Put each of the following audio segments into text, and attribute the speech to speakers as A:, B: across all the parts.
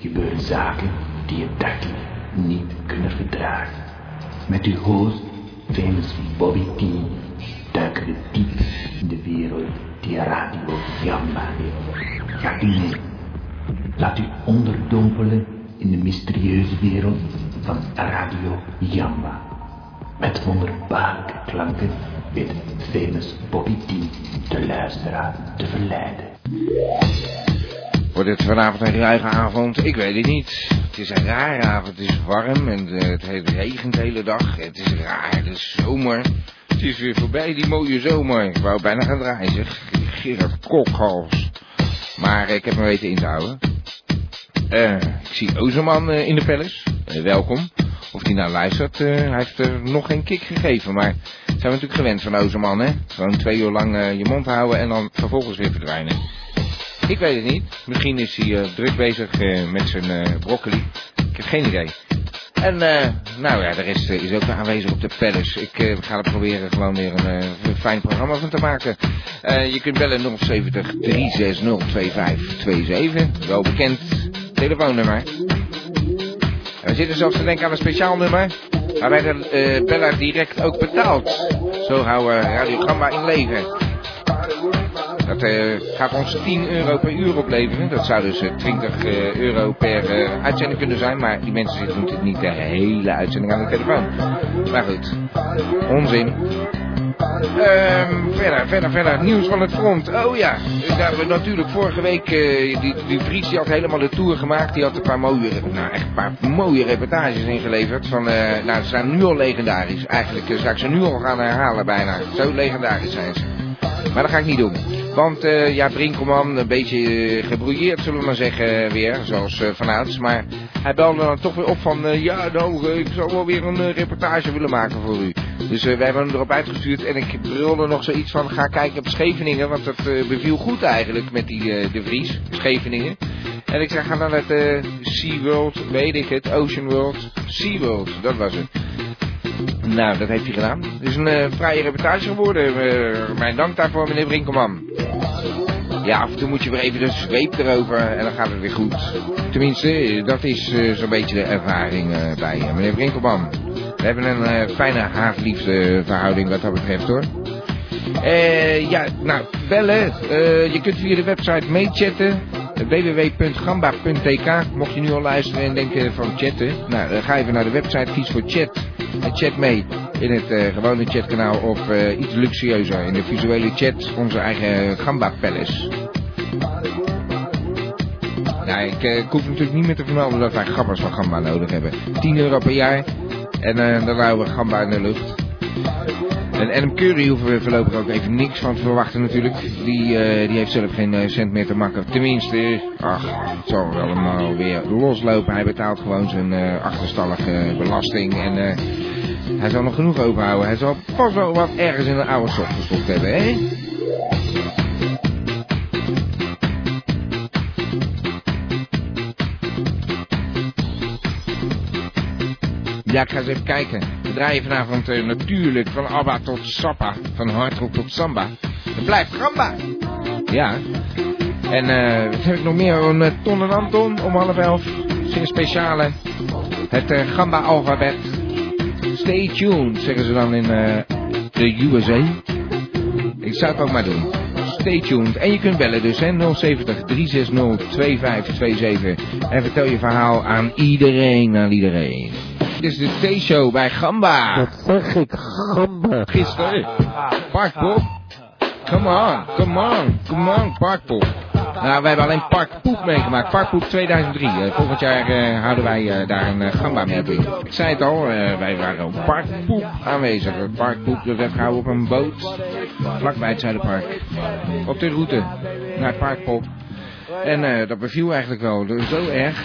A: gebeuren zaken die je dagelijks niet kunnen verdragen. Met uw host, famous Bobby T, duiken we diep in de wereld die Radio Jamba heeft. Gaat u mee. Laat u onderdompelen in de mysterieuze wereld van Radio Jamba. Met wonderbaarlijke klanken weet famous Bobby T de luisteraar te verleiden.
B: Wordt het vanavond een ruige avond? Ik weet het niet. Het is een rare avond. Het is warm en eh, het he- regent de hele dag. Het is raar. Het is zomer. Het is weer voorbij, die mooie zomer. Ik wou bijna gaan draaien, zeg. Gerard Kokhals. Maar eh, ik heb me weten in te houden. Eh, ik zie Ozerman eh, in de palace. Eh, welkom. Of die nou luistert, eh, hij heeft er nog geen kick gegeven. Maar zijn we natuurlijk gewend van Ozerman, hè? Gewoon twee uur lang eh, je mond houden en dan vervolgens weer verdwijnen. Ik weet het niet. Misschien is hij eh, druk bezig eh, met zijn eh, broccoli. Ik heb geen idee. En eh, nou ja, de rest eh, is ook aanwezig op de palace. Ik eh, ga er proberen gewoon weer een eh, fijn programma van te maken. Eh, je kunt bellen 070 360 2527. Wel bekend telefoonnummer. We zitten zelfs te denken aan een speciaal nummer. Waarbij de eh, beller direct ook betaalt. Zo houden we Radio Gamba in leven. Dat eh, gaat ons 10 euro per uur opleveren. Dat zou dus eh, 20 eh, euro per eh, uitzending kunnen zijn. Maar die mensen zitten natuurlijk niet de hele uitzending aan de telefoon. Maar goed, onzin. Ehm, verder, verder, verder. Nieuws van het front. Oh ja, daar hebben we natuurlijk vorige week... eh, die, die Vries die had helemaal de tour gemaakt. Die had een paar mooie, nou, echt een paar mooie reportages ingeleverd. Van, eh, nou, ze zijn nu al legendarisch. Eigenlijk eh, zou ik ze nu al gaan herhalen bijna. Zo legendarisch zijn ze. Maar dat ga ik niet doen. Want eh, ja, Brinkelman, een beetje eh, gebrouilleerd zullen we maar zeggen weer, zoals eh vanouds. Maar hij belde dan toch weer op van, eh, ja nou, eh, ik zou wel weer een eh, reportage willen maken voor u. Dus eh, wij hebben hem erop uitgestuurd en ik brulde nog zoiets van, ga kijken op Scheveningen. Want dat eh, beviel goed eigenlijk met die eh, De Vries, Scheveningen. En ik zei, ga naar het eh SeaWorld, weet ik het, Ocean World, SeaWorld, dat was het. Nou, dat heeft hij gedaan. Het is een eh, fraaie reportage geworden. Eh, mijn dank daarvoor, meneer Brinkelman. Ja, af en toe moet je weer even de zweep erover en dan gaat het weer goed. Tenminste, eh, dat is eh, zo'n beetje de ervaring eh, bij eh, meneer Brinkelman. We hebben een eh, fijne haatliefde verhouding wat dat betreft hoor. Eh, ja, nou, bellen. Eh, je kunt via de website meechatten. eh, www.gamba.tk Mocht je nu al luisteren en denken van chatten. Nou, dan ga even naar de website, kies voor chat. En chat mee in het eh, gewone chatkanaal of eh, iets luxueuzer. In de visuele chat, onze eigen Gamba Palace. Nou, ik, eh, ik hoef natuurlijk niet meer te vermelden dat wij gabbers van Gamba nodig hebben. 10 euro per jaar. En eh, dan houden we Gamba in de lucht. En Adam Curry hoeven we voorlopig ook even niks van te verwachten natuurlijk. Die, eh, die heeft zelf geen eh, cent meer te makken. Tenminste, eh, ach, het zal wel allemaal weer loslopen. Hij betaalt gewoon zijn eh, achterstallige belasting. En eh, hij zal nog genoeg overhouden. Hij zal pas wel wat ergens in een oude sok gestopt hebben, hè? Ja, ik ga eens even kijken. We draaien vanavond eh, natuurlijk van ABBA tot Sappa, van hardrock tot samba. Het blijft gamba! Ja. En eh, wat heb ik nog meer? Een eh, Ton en Anton om half elf. Zijn speciale. Het eh, gamba alfabet. Stay tuned, zeggen ze dan in eh, de USA. Ik zou het ook maar doen. Stay tuned. En je kunt bellen dus, hè. 070 360 2527. En vertel je verhaal aan iedereen, aan iedereen. Dit is de T-show bij Gamba.
C: Dat zeg ik, gamba.
B: Gisteren. Parkpop. Come on, come on, come on, Parkpop. Nou, we hebben alleen Parkpoep meegemaakt. Parkpoep 2003. Eh, volgend jaar eh, houden wij eh, daar een eh, gamba mee. Ik zei het al, eh, wij waren op Parkpoep aanwezig. Eh, Parkpoep dat werd gehouden op een boot. Vlakbij het Zuiderpark. Op de route naar Parkpop. En eh, dat beviel eigenlijk wel. Dus zo erg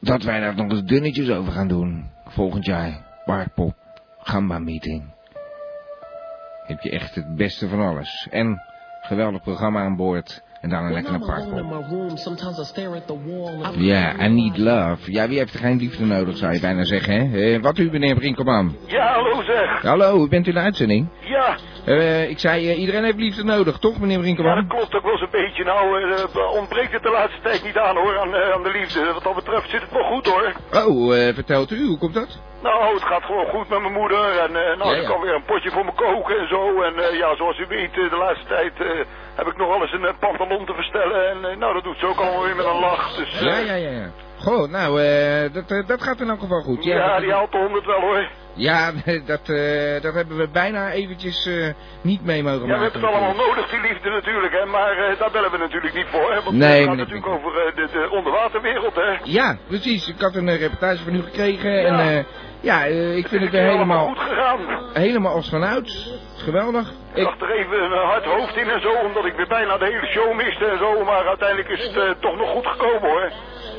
B: dat wij daar nog eens dunnetjes over gaan doen. Volgend jaar. Parkpop. Gamba meeting heb je echt het beste van alles. En geweldig programma aan boord. En dan een lekkere parkpop. Ja, I need love. Ja, wie heeft er geen liefde nodig, zou je bijna zeggen, hè? Eh, wat u, meneer Brinkelman?
D: Ja, hallo zeg.
B: Hallo, bent u in de uitzending?
D: Ja,
B: Eh, ik zei, eh, iedereen heeft liefde nodig, toch, meneer
E: Ja, dat
B: Brinkeman?
E: klopt ook wel zo'n beetje. Nou, eh, ontbreekt het de laatste tijd niet aan hoor, aan, eh, aan de liefde. Wat dat betreft zit het nog goed hoor.
B: Oh, eh, vertelt u, hoe komt dat?
E: Nou, het gaat gewoon goed met mijn moeder. En eh, nou,
B: Ja,
E: ik
B: ja.
E: kan weer een potje voor me koken en zo. En eh, ja, zoals u weet, eh, de laatste tijd eh, heb ik nog alles een eh, pantalon te verstellen. En eh, nou, dat doet ze ook allemaal weer met een lach. Dus, eh,
B: Ja, ja, ja. ja. Goh, nou, eh, dat, eh, dat gaat in elk geval goed.
E: ja,
B: dat-
E: die haalt de honderd wel hoor.
B: Ja, dat, eh, dat hebben we bijna eventjes eh, niet mee
E: Ja,
B: mogen
E: we
B: maken.
E: hebben het allemaal nodig, die liefde natuurlijk. Hè, maar eh, daar bellen we natuurlijk niet voor. Hè, want
B: Nee,
E: het gaat
B: meneer
E: natuurlijk over eh, de, de onderwaterwereld. Hè.
B: Ja, precies. Ik had een eh, reportage van u gekregen en
E: Ja.
B: eh, ja, eh, ik vind het
E: is
B: weer helemaal,
E: goed gegaan.
B: helemaal als vanuit. Het is geweldig.
E: Ik
B: Ik,
E: dacht er even een hard hoofd in en zo, omdat ik weer bijna de hele show miste en zo. Maar uiteindelijk is het eh, toch nog goed gekomen hoor.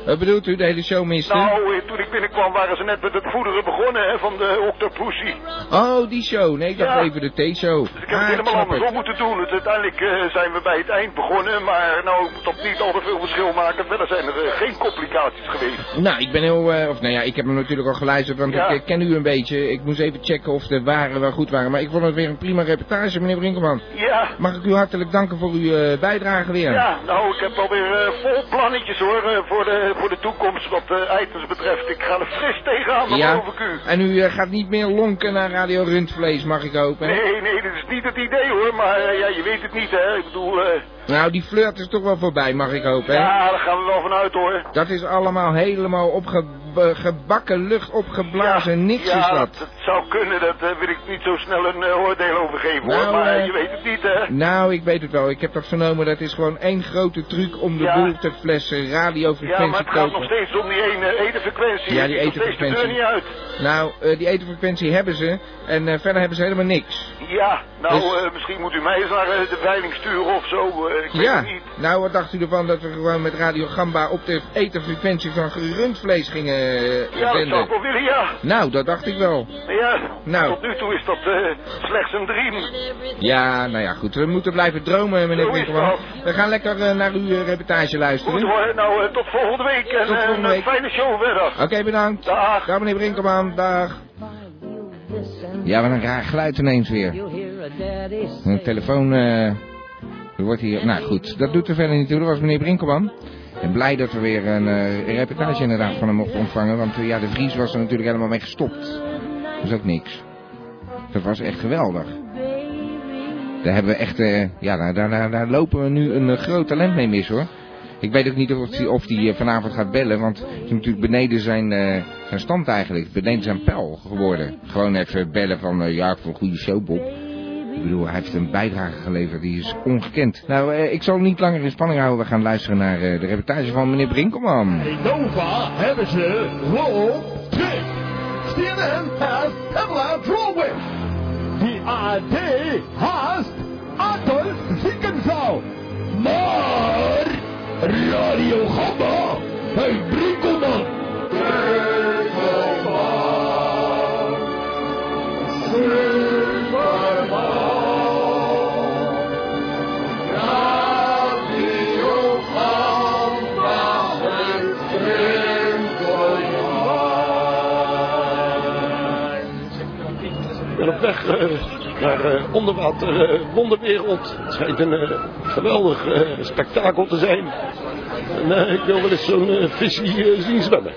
B: wat bedoelt u, de hele show miste?
E: Nou, eh, toen ik binnenkwam waren ze net met het voederen begonnen hè, van de octopussy.
B: Oh, die show. Nee, ik dacht
E: Ja.
B: even de T-show.
E: Dus ik heb
B: Ah,
E: het
B: ik
E: helemaal
B: snap
E: andersom
B: het.
E: moeten doen. Dus uiteindelijk eh, zijn we bij het eind begonnen. Maar nou, ik moet dat niet al te veel verschil maken. Verder zijn er eh, geen complicaties geweest.
B: Nou, ik ben heel... eh, of nou ja, ik heb hem natuurlijk al geluisterd, want
E: Ja.
B: ik eh, ken u een beetje. Ik moest even checken of de waren wel goed waren. Maar ik vond het weer een prima reportage, meneer Brinkelman.
E: Ja.
B: Mag ik u hartelijk danken voor uw eh, bijdrage weer.
E: Ja, nou, ik heb alweer eh, vol plannetjes hoor, eh, voor, de, voor de toekomst wat eh items betreft. Ik ga er fris tegenaan, dat geloof ik u.
B: en u eh, gaat niet meer lonken naar Radio Rundvlees, mag ik hopen. hè?
E: Nee, nee, dat is niet het idee hoor, maar eh, ja, je weet het niet hè. Ik bedoel, eh,
B: Nou, die flirt is toch wel voorbij, mag ik hopen. hè?
E: ja, daar gaan we wel vanuit hoor.
B: Dat is allemaal helemaal opgebakken lucht, opgeblazen, niks
E: ja,
B: is dat.
E: dat zou kunnen, dat eh, wil ik niet zo snel een eh, oordeel over geven hoor,
B: Nou,
E: maar eh,
B: eh,
E: je weet het niet hè.
B: Nou, ik weet het wel. Ik heb dat vernomen. Dat is gewoon één grote truc om de
E: Ja.
B: boel te flessen,
E: Ja, maar
B: radiofrequentie
E: het
B: kopen.
E: gaat nog steeds om die ene etenfrequentie.
B: Ja,
E: Het
B: die
E: is nog steeds de deur
B: etenfrequentie.
E: niet uit.
B: Nou, eh, die etenfrequentie hebben ze. En eh, verder hebben ze helemaal niks.
E: Ja, nou,
B: Dus-
E: eh, misschien moet u mij eens naar eh, de veiling sturen of zo, eh, ik weet
B: Ja,
E: het niet.
B: nou wat dacht u ervan dat we gewoon met Radio Gamba op de etenfrequentie van rundvlees gingen eh,
E: Ja, dat zou
B: zenden?
E: ik wel willen, ja.
B: Nou, dat dacht ik wel.
E: Ja,
B: Nou.
E: tot nu toe is dat eh, slechts een dream.
B: Ja, nou ja, goed. We moeten blijven dromen, meneer
E: Zo is
B: Winkelman.
E: dat.
B: We gaan lekker eh, naar uw eh, reportage
E: Goed
B: luisteren.
E: hoor, nou eh, tot volgende week en
B: Tot
E: eh,
B: volgende
E: een
B: week.
E: fijne show verder.
B: Oké, bedankt.
E: Dag.
B: Dag meneer Brinkelman, dag. Ja, wat een raar geluid ineens weer. Een telefoon, eh er wordt hier... Nou goed, dat doet er verder niet toe. Dat was meneer Brinkelman. En blij dat we weer een eh, reportage inderdaad van hem mochten ontvangen. Want eh, ja, de Vries was er natuurlijk helemaal mee gestopt. Dat is ook niks. Dat was echt geweldig. Daar hebben we echt... eh, ja, daar, daar- daar, daar lopen we nu een eh, groot talent mee mis hoor. Ik weet ook niet of hij of die, eh, vanavond gaat bellen, want het is natuurlijk beneden zijn, eh, zijn stand eigenlijk, beneden zijn pijl geworden. Gewoon even bellen van, eh, ja, ik vond een goede show, Bob. Ik bedoel, hij heeft een bijdrage geleverd, die is ongekend. Nou, eh, ik zal hem niet langer in spanning houden, we gaan luisteren naar eh, de reportage van meneer Brinkelman.
F: In Nova hebben ze roll trip. CNN has Pamela Drolwich. The AD has Adolf Ziekenzaal. Maar Radio Gamba heeft Brinkelman.
E: Ik ben op weg eh, naar eh, onderwater wonderwereld. Het schijnt een eh, geweldig eh, spektakel te zijn. En eh, ik wil wel eens zo'n vis hier zien zwemmen.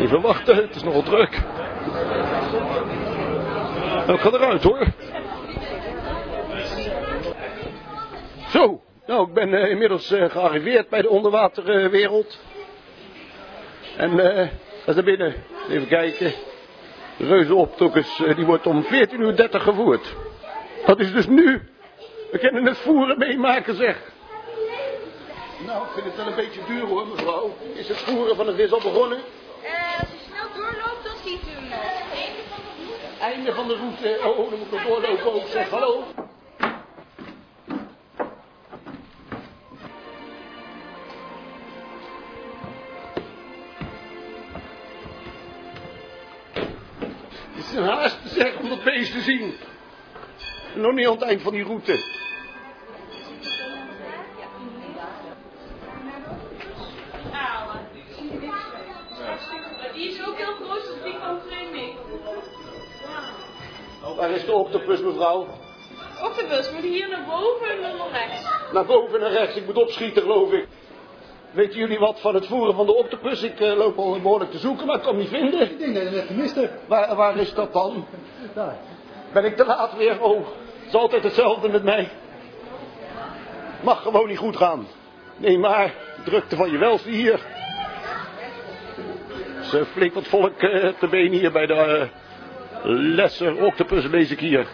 E: Even wachten, het is nogal druk. Nou, ik ga eruit hoor. Zo, nou ik ben eh, inmiddels eh, gearriveerd bij de onderwaterwereld. en eh, dat is naar binnen. Even kijken. De reuzenoptokkers, eh, die wordt om 14.30 uur gevoerd. Dat is dus nu. We kunnen het voeren meemaken zeg. Nou, ik vind het wel een beetje duur hoor mevrouw. Is het voeren van de vis al begonnen?
G: Eh, als je snel doorloopt, dan ziet u hem nog.
E: Einde van de route. Oh, oh, dan moet ik nog doorlopen ook zeg. Hallo. Het is een haast zeg om dat beest te zien. Nog niet aan het eind van die route.
G: Die is ook heel groot, dus die kan geen mee.
D: Nou, Waar is de octopus, mevrouw?
G: Octopus moet hier naar boven en dan naar rechts.
D: Naar boven en naar rechts. Ik moet opschieten, geloof ik. Weten jullie wat van het voeren van de octopus? Ik eh, loop al behoorlijk te zoeken, maar ik kan hem niet vinden.
E: Ik denk dat je het gemist hebt.
D: Waar, waar is dat dan?
E: Daar.
D: Ben ik te laat weer? Oh, het is altijd hetzelfde met mij. Mag gewoon niet goed gaan. Nee, maar drukte van je welste hier. Er is eh, flink wat volk eh, te been hier bij de eh, Lesser Octopus, lees ik hier.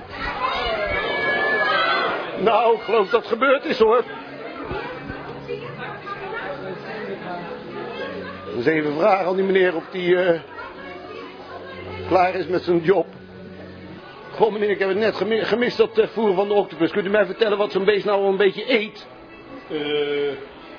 D: Nou, ik geloof dat het gebeurd is hoor. Dus even vragen aan die meneer of die eh, klaar is met zijn job. Goh meneer, ik heb het net gemi- gemist dat eh, voeren van de octopus. Kunt u mij vertellen wat zo'n beest nou een beetje eet?
E: Eh,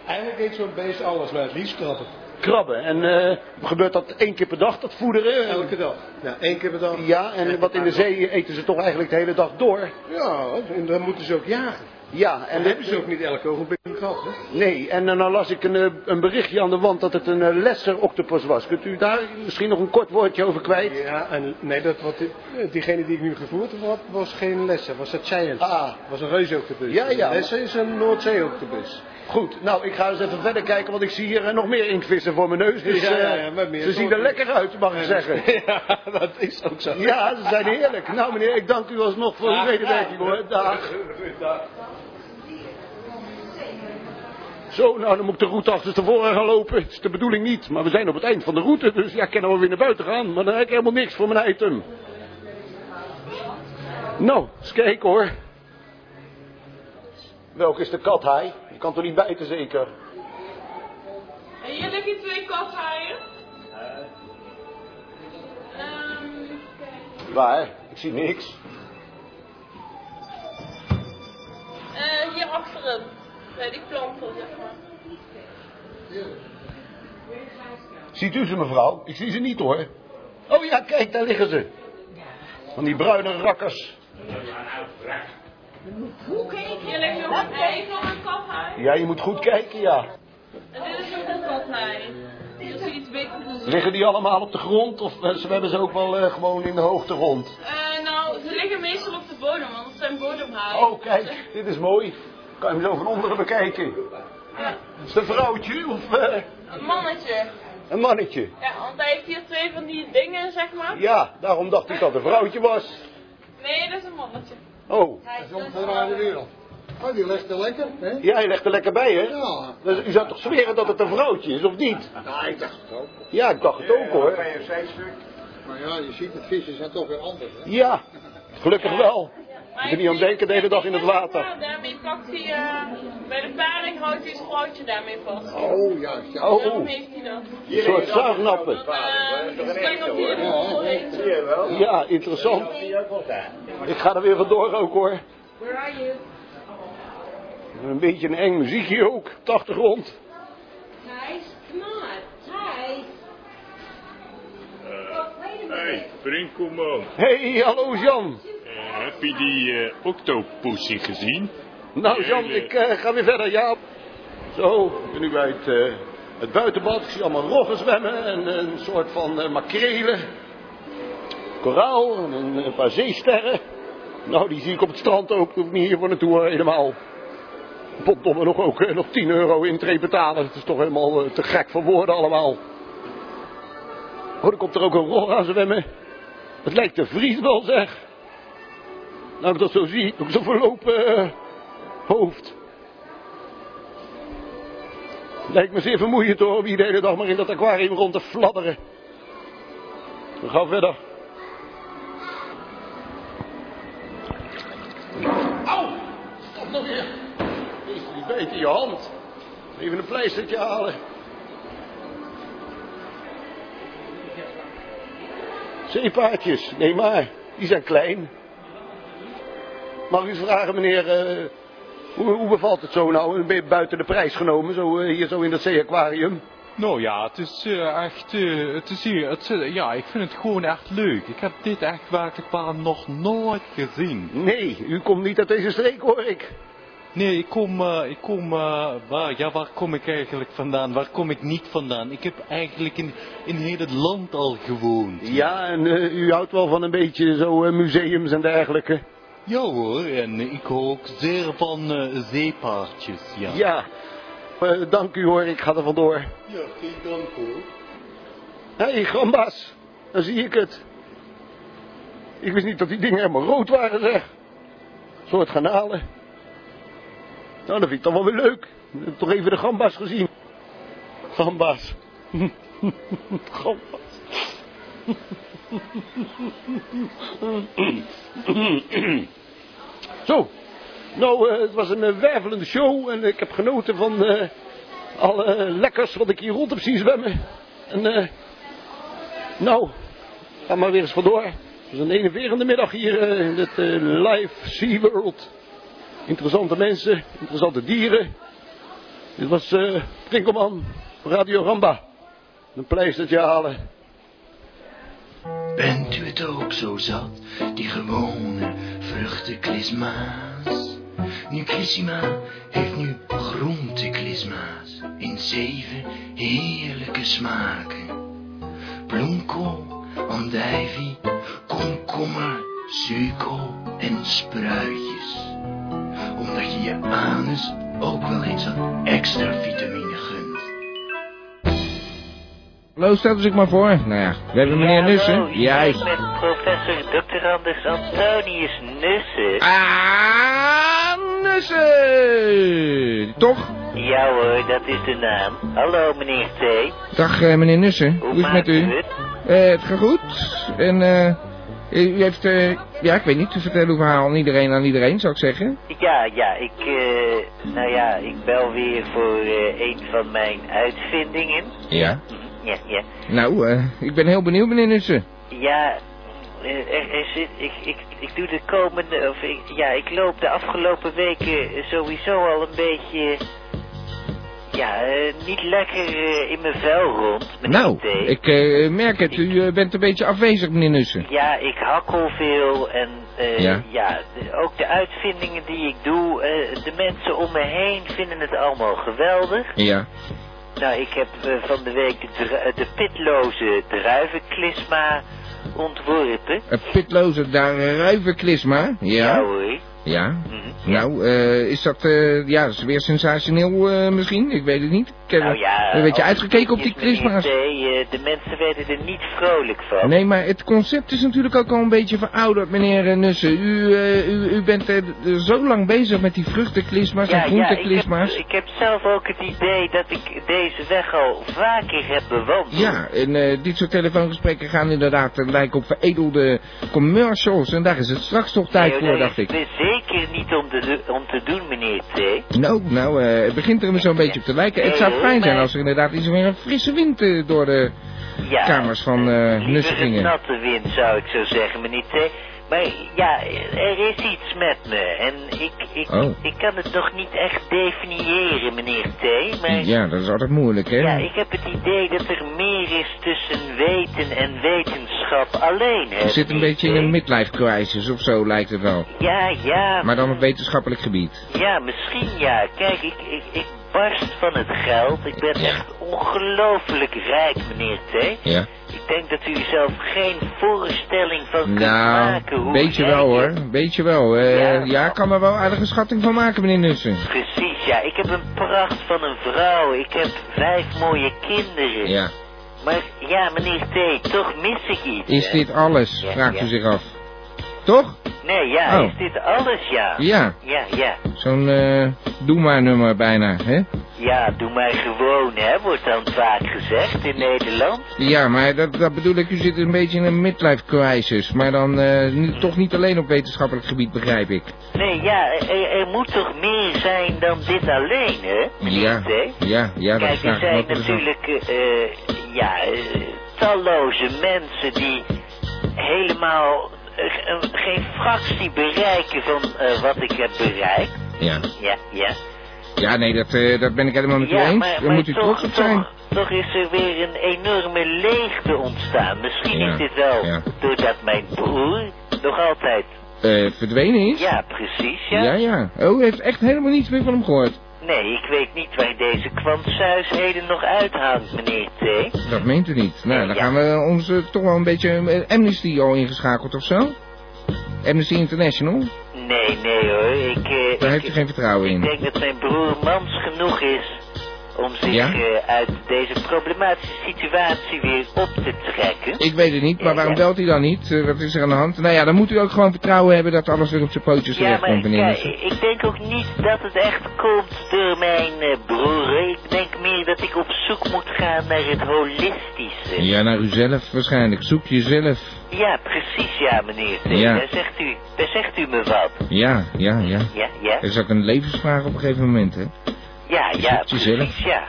E: eigenlijk eet zo'n beest alles, maar het liefst krabben.
D: Krabben. En eh, gebeurt dat één keer per dag, dat voederen?
E: Elke dag. Ja, één keer per dag.
D: Ja, en wat in de zee eten ze toch eigenlijk de hele dag door?
E: Ja, en dan moeten ze ook jagen.
D: Ja, en
E: En dat hebben ze ook niet elke ogenblik een gat, hè?
D: Nee, en dan las ik een, eh, een berichtje aan de wand dat het een eh, lesser octopus was. Kunt u daar misschien nog een kort woordje over kwijt?
E: Ja, en nee, dat wat, eh, diegene die ik nu gevoerd heb, had, was geen lessen, was dat science.
D: Ah.
E: was een reusoctopus.
D: Ja, ja.
E: Lessen is een Noordzeeoctopus.
D: Goed, nou ik ga eens even verder kijken, want ik zie hier eh, nog meer inktvissen voor mijn neus. Dus
E: Ja, ja,
D: eh,
E: ja, maar meer
D: ze zien er
E: soorten.
D: lekker uit, mag ik zeggen.
E: ja, dat is ook zo.
D: Ja, ze zijn heerlijk. Nou meneer, ik dank u alsnog voor uw medewerking hoor. Dag. Zo, nou dan moet ik de route achter tevoren gaan lopen. Het is de bedoeling niet, maar we zijn op het eind van de route. Dus ja, ik kan nou weer naar buiten gaan. Maar dan heb ik helemaal niks voor mijn item. Nou, eens kijken hoor. Welke is de kat, hij? Je kan toch niet bijten zeker?
G: En hier liggen twee kathaaien. Ehm, kijk.
D: Waar? Ik zie niks.
G: Eh, hier achterin. Bij die planten, zeg maar.
D: Ziet u ze, mevrouw? Ik zie ze niet, hoor. Oh ja, kijk, daar liggen ze. Van die bruine rakkers.
G: Hoe kijk je? Hier ligt nog een ei van een kathaai.
D: Ja, je moet goed kijken, ja.
G: En dit is ook een kathaai. Dus iets beter te zien.
D: Liggen die allemaal op de grond of eh, ze hebben ze ook wel eh, gewoon in de hoogte rond?
G: Eh, nou, ze liggen meestal op de bodem, want het zijn bodemhaaien.
D: Oh, kijk, dit is mooi. Kan je hem zo van onderen bekijken.
G: Ja.
D: Is het een vrouwtje of eh,
G: Een mannetje.
D: een mannetje?
G: Ja, want hij heeft hier twee van die dingen, zeg maar.
D: Ja, daarom dacht ik dat het een vrouwtje was.
G: Nee, dat is een mannetje.
D: Oh,
G: Hij
E: Dat is een verraden wereld. Oh, die legt er lekker, hè?
D: ja, je legt er lekker bij, hè?
E: Ja.
D: Dus u zou toch zweren dat het een vrouwtje is, of niet?
E: Nou, ik dacht het ook.
D: Ja, ik dacht het ook, hoor.
E: een zijstuk. Maar ja, je ziet, het visjes zijn toch weer anders, hè?
D: Ja, gelukkig wel.
G: Maar
D: Ik ben niet aan het denken de hele dag in het water.
G: Ja, daarmee pakt hij, eh, bij de paring houdt hij zijn vrouwtje daarmee vast.
E: Oh, juist, ja.
D: Oh,
G: Daarom
D: oh.
G: heeft hij dat.
D: Een soort zuignappen.
G: Want, eh, het kan op hier doorheen zo.
D: Ja, interessant. Ik ga er weer vandoor ook hoor.
G: Where are you?
D: Een beetje een eng muziekje ook, op de achtergrond.
G: Thijs, come on. Thijs.
H: Hey, Brinkelman,
D: hey, hallo Jan.
H: eh, heb je die eh octopussy gezien?
D: Nou Jan, ik eh, ga weer verder, Jaap. Zo, ik ben nu bij het, eh, het buitenbad. Ik zie allemaal roggen zwemmen en eh, een soort van eh makrelen. Koraal en een, een paar zeesterren. Nou, die zie ik op het strand ook. Daar hoef ik niet hier voor naartoe hoor, helemaal. Potdomme nog ook eh, nog 10 euro intree betalen. Het is toch helemaal eh, te gek voor woorden allemaal. Oh, er komt er ook een rog aan zwemmen. Het lijkt de Vries wel, zeg. Nou, ik dat zo zie, ook zo'n verlopen eh, hoofd. Lijkt me zeer vermoeiend hoor, om hier de hele dag maar in dat aquarium rond te fladderen. We gaan verder. Au! Stop nog weer. Is die beet in je hand. Even een pleistertje halen. Zeepaardjes, nee maar. Die zijn klein. Mag ik u vragen, meneer, eh, hoe, hoe bevalt het zo nou? Ben je buiten de prijs genomen, zo, eh, hier zo in dat zeeaquarium?
I: Nou ja, het is eh, echt, eh, het is hier, het, is- ja, ik vind het gewoon echt leuk. Ik heb dit echt werkelijk waar nog nooit gezien.
D: Nee, u komt niet uit deze streek, hoor ik.
I: Nee, ik kom, eh, ik kom, eh, waar, ja, waar kom ik eigenlijk vandaan? Waar kom ik niet vandaan? Ik heb eigenlijk in, in heel het land al gewoond.
D: Ja, en eh, u houdt wel van een beetje zo eh, museums en dergelijke.
I: Ja hoor, en ik hou ook zeer van eh, zeepaardjes, ja.
D: Ja. Eh, dank u hoor, ik ga er vandoor.
E: Ja, geen dank hoor.
D: Hé, hey, gambas. Dan zie ik het. Ik wist niet dat die dingen helemaal rood waren, zeg. Een soort granalen. Nou, dat vind ik dan wel weer leuk. Ik heb toch even de gambas gezien. Gambas. gambas. Zo. Nou, eh, het was een eh, wervelende show en ik heb genoten van eh, alle lekkers wat ik hier rond heb zien zwemmen. En eh, nou, ga maar weer eens vandoor. Het is een enerverende middag hier eh, in dit eh, Live Sea World. Interessante mensen, interessante dieren. Dit was eh Prinkelman, Radio Ramba. Een pleistertje halen.
J: Bent u het ook zo zat, die gewone vruchtenklisma's? Nuclissima heeft nu groenteklisma's in zeven heerlijke smaken. Bloemkool, andijvie, komkommer, suiker en spruitjes. Omdat je je anus ook wel eens wat extra vitamine gunt.
B: Hallo, stelt u zich maar voor. Nou ja, we hebben meneer Nussen.
K: Jij.
B: Juist.
K: Met professor doctorandus Antonius Nussen.
B: Ah, Nussen! Toch?
K: Ja hoor, dat is de naam. Hallo meneer T.
B: Dag eh, meneer Nussen, hoe, is het met
K: maakt
B: u?
K: u het?
B: Eh, het gaat goed. En eh, u heeft, eh, ja ik weet niet, te vertellen uw verhaal aan iedereen aan iedereen zou ik zeggen.
K: Ja, ja, ik, eh, nou ja, ik bel weer voor eh, een van mijn uitvindingen.
B: Ja.
K: Ja, ja.
B: Nou, eh, ik ben heel benieuwd meneer Nussen.
K: Ja, eh, er, er zit, ik, ik, ik doe de komende, of ik, ja, ik loop de afgelopen weken sowieso al een beetje, ja, eh, niet lekker eh, in mijn vel rond. meneer
B: Nou,
K: T.
B: ik eh, merk het, u eh, bent een beetje afwezig meneer Nussen.
K: Ja, ik hakkel veel en eh,
B: Ja.
K: ja, de- ook de uitvindingen die ik doe, eh, de mensen om me heen vinden het allemaal geweldig.
B: Ja.
K: Nou, ik heb eh, van de week de, dru- eh, de pitloze druivenklisma ontworpen.
B: Een Eh, pitloze daar ruivenklisma.
K: Ja,
B: Ja.
K: hoor.
B: Ja. Nou, eh, is dat, eh, ja, dat is weer sensationeel eh, misschien? Ik weet het niet. Ik heb
K: Nou ja,
B: een beetje
K: als-
B: uitgekeken op
K: is
B: die
K: meneer
B: klisma's.
K: T, eh, de mensen werden er niet vrolijk van.
B: Nee, maar het concept is natuurlijk ook al een beetje verouderd, meneer eh, Nussen. U, eh, u, u bent eh, d- zo lang bezig met die vruchtenklisma's en groenteklisma's.
K: Ja, ik, heb, ik heb zelf ook het idee dat ik deze weg al vaker heb bewandeld.
B: Ja, en eh, dit soort telefoongesprekken gaan inderdaad eh, lijken op veredelde commercials. En daar is het straks toch tijd
K: Nee,
B: voor,
K: dat
B: dacht
K: is
B: ik.
K: Zeker niet om te, om te doen, meneer T.
B: Nou, nou, eh, het begint er me zo'n beetje op te lijken. Het
K: Nee,
B: zou
K: hoor,
B: fijn zijn
K: maar-
B: als er inderdaad iets meer een frisse wind eh, door de
K: Ja,
B: kamers van eh Nussen
K: Liever een
B: gingen.
K: natte wind, zou ik zo zeggen, meneer T. Maar ja, er is iets met me. En ik, ik,
B: Oh.
K: ik kan het nog niet echt definiëren, meneer T. Maar
B: Ja, dat is altijd moeilijk, hè?
K: ja, ik heb het idee dat er meer is tussen weten en wetenschap alleen. hè,
B: Je zit een
K: meneer
B: beetje in een midlife crisis of zo, lijkt het wel.
K: T. Ja, ja.
B: Maar dan op wetenschappelijk gebied.
K: Ja, misschien ja. Kijk, ik, ik, ik barst van het geld. Ik ben echt ongelooflijk rijk, meneer T.
B: Ja.
K: Ik denk dat u zelf geen voorstelling van kunt
B: Nou,
K: maken hoe
B: weet je
K: rijk
B: wel
K: het-
B: hoor, weet je wel. Eh, ja, ik kan er wel aardige schatting van maken, meneer Nussen.
K: Precies, ja. Ik heb een pracht van een vrouw. Ik heb vijf mooie kinderen.
B: Ja.
K: Maar ja, meneer T, toch mis ik iets.
B: Is
K: hè?
B: dit alles?
K: Ja,
B: Vraagt
K: ja.
B: u zich af. Toch?
K: Nee, ja,
B: Oh.
K: is dit alles, ja?
B: Ja.
K: Ja, ja.
B: Zo'n eh doe maar nummer bijna, hè?
K: Ja, doe maar gewoon, hè, wordt dan vaak gezegd in Nederland.
B: Ja, maar dat, dat bedoel ik, u zit een beetje in een midlife crisis. Maar dan eh, ni- toch niet alleen op wetenschappelijk gebied, begrijp ik.
K: Nee, ja, er, er moet toch meer zijn dan dit alleen, hè?
B: Ja, ja, ja, dat
K: Kijk,
B: vraag
K: er
B: ik me
K: zijn
B: ook wel eens af.
K: natuurlijk, eh, eh, ja, eh, talloze mensen die helemaal eh, ge- geen fractie bereiken van eh, wat ik heb bereikt.
B: Ja.
K: Ja, ja.
B: Ja, nee, dat, eh, dat ben ik helemaal met u
K: ja,
B: eens.
K: maar,
B: Daar
K: maar
B: moet u
K: toch,
B: trots op zijn.
K: Toch, toch is er weer een enorme leegte ontstaan. Misschien
B: Ja,
K: is dit wel
B: ja.
K: doordat mijn broer nog altijd
B: eh, verdwenen is?
K: Ja, precies, ja.
B: Ja, ja. Oh, u heeft echt helemaal niets meer van hem gehoord.
K: Nee, ik weet niet waar deze kwantsuisheden nog uithangt, meneer T.
B: Dat meent u niet. Nou, dan gaan we ons eh, toch wel een beetje eh, Amnesty al ingeschakeld of zo. Amnesty International.
K: Nee, nee hoor, ik, eh,
B: Daar heeft u geen vertrouwen
K: ik
B: in.
K: denk dat mijn broer mans genoeg is om zich
B: Ja?
K: eh, uit deze problematische situatie weer op te trekken.
B: Ik weet het niet, maar waarom belt hij dan niet? Eh, wat is er aan de hand? Nou ja, dan moet u ook gewoon vertrouwen hebben dat alles weer op zijn pootjes
K: Ja,
B: terecht
K: maar
B: komt, meneer.
K: kijk,
B: Nissen.
K: ik denk ook niet dat het echt komt door mijn eh, broer. Ik denk meer dat ik op zoek moet gaan naar het holistische.
B: Ja, naar uzelf waarschijnlijk. Zoek jezelf.
K: Ja, precies ja, meneer. T.
B: Ja.
K: Daar, zegt u, daar zegt u me wat.
B: Ja, ja, ja.
K: Ja, ja.
B: Is dat een levensvraag op een gegeven moment, hè?
K: Ja, ja,
B: zoekt jezelf.
K: precies ja.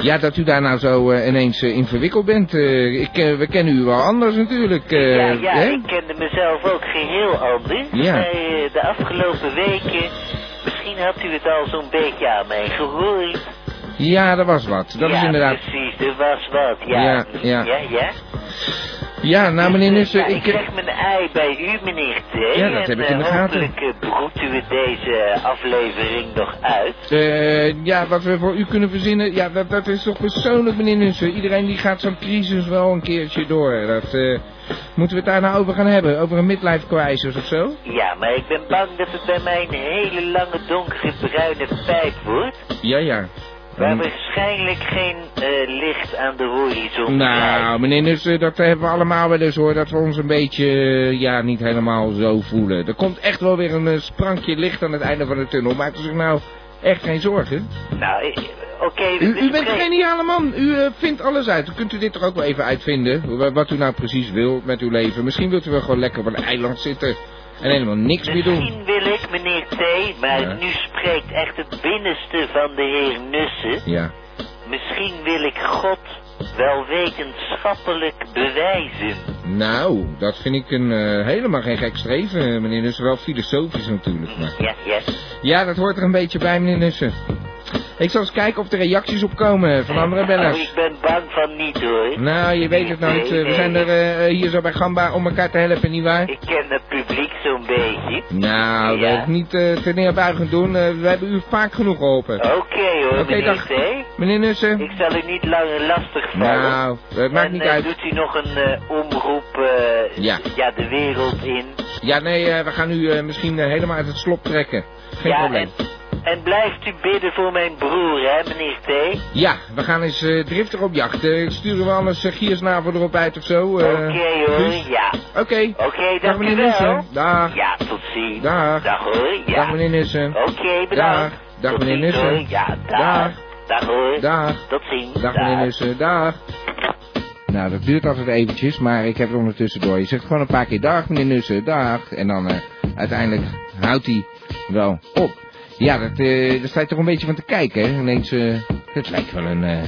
B: Ja, dat u daar nou zo eh, ineens eh, in verwikkeld bent. eh, ik, eh, we kennen u wel anders natuurlijk. eh,
K: ja, ja,
B: hè?
K: ik kende mezelf ook geheel anders.
B: Ja.
K: Maar, eh, de afgelopen weken, misschien had u het al zo'n beetje aan mij gehoord.
B: Ja, dat was wat. Dat
K: ja,
B: is inderdaad...
K: precies, er was wat, ja.
B: Ja, ja.
K: ja. ja.
B: Ja, nou meneer
K: Ja,
B: Nussen,
K: ik
B: ik...
K: leg mijn ei bij u, meneer T.
B: Ja, dat
K: en,
B: heb ik in de
K: eh,
B: gaten.
K: Hopelijk eh, broedt u het deze aflevering nog uit.
B: eh, ja, wat we voor u kunnen verzinnen, ja, dat, dat is toch persoonlijk, meneer Nussen. Iedereen die gaat zo'n crisis wel een keertje door. Dat, eh, moeten we het daar nou over gaan hebben? Over een midlife crisis of zo?
K: Ja, maar ik ben bang dat het bij mij een hele lange donkere bruine pijp wordt.
B: Ja, ja.
K: Waar
B: Ehm,
K: waarschijnlijk geen eh, licht aan de horizon
B: Nou, meneer Nussen, dat hebben we allemaal wel eens hoor. Dat we ons een beetje, eh, ja, niet helemaal zo voelen. Er komt echt wel weer een eh, sprankje licht aan het einde van de tunnel. Maakt u zich nou echt geen zorgen.
K: Nou, eh, oké. we
B: U, u bent
K: bespreken-
B: een geniale man. U eh, vindt alles uit. Kunt u dit toch ook wel even uitvinden? Wa- Wat u nou precies wilt met uw leven. Misschien wilt u wel gewoon lekker op een eiland zitten. En helemaal niks meer doen.
K: Misschien wil ik, meneer T, maar
B: Ja.
K: nu spreekt echt het binnenste van de heer Nussen.
B: Ja.
K: Misschien wil ik God wel wetenschappelijk bewijzen.
B: Nou, dat vind ik een, eh, helemaal geen gek streven, eh, meneer Nussen. Wel filosofisch natuurlijk, maar...
K: Ja, ja.
B: Ja, dat hoort er een beetje bij, meneer Nussen. Ik zal eens kijken of er reacties op komen van andere
K: Oh,
B: bellers.
K: ik ben bang van niet hoor.
B: Nou, je weet het nooit. Eh, We zijn er eh, hier zo bij Gamba om elkaar te helpen, nietwaar?
K: Ik ken het publiek zo'n beetje.
B: Nou, dat niet eh, te neerbuigend doen. Eh, we hebben u vaak genoeg geholpen.
K: Oké hoor,
B: Oké,
K: meneer
B: dag.
K: T.
B: Meneer Nussen.
K: Ik zal u niet langer lastig vallen.
B: Nou, dat maakt
K: en,
B: niet
K: eh,
B: uit.
K: doet u nog een eh, omroep eh,
B: Ja.
K: ja, de wereld in.
B: Ja, nee, eh, we gaan u eh, misschien eh, helemaal uit het slop trekken. Geen
K: ja,
B: probleem.
K: en, en blijft u bidden voor mijn broer, hè, meneer T?
B: Ja, we gaan eens eh, driftig op jacht. Eh, sturen we anders uh, Giersnavel erop uit of zo. eh.
K: Oké hoor,
B: dus-
K: ja.
B: Oké.
K: Oké,
B: Dag
K: dank
B: meneer
K: u wel.
B: Nussen. Dag.
K: Ja, tot ziens.
B: Dag.
K: Dag hoor, ja.
B: Dag meneer Nussen.
K: Oké, bedankt.
B: Dag. Dag
K: Tot
B: meneer
K: ziens,
B: Nussen.
K: hoor. Ja, dag.
B: Dag.
K: Dag hoor.
B: Dag.
K: Tot ziens.
B: Dag meneer Nussen. Dag. Nou, dat duurt altijd eventjes, maar ik heb het ondertussen door. Je zegt gewoon een paar keer dag meneer Nussen, dag. En dan eh, uiteindelijk houdt hij wel op. Ja, dat, eh, daar sta je toch een beetje van te kijken, hè. Ineens, eh, het lijkt wel een... eh,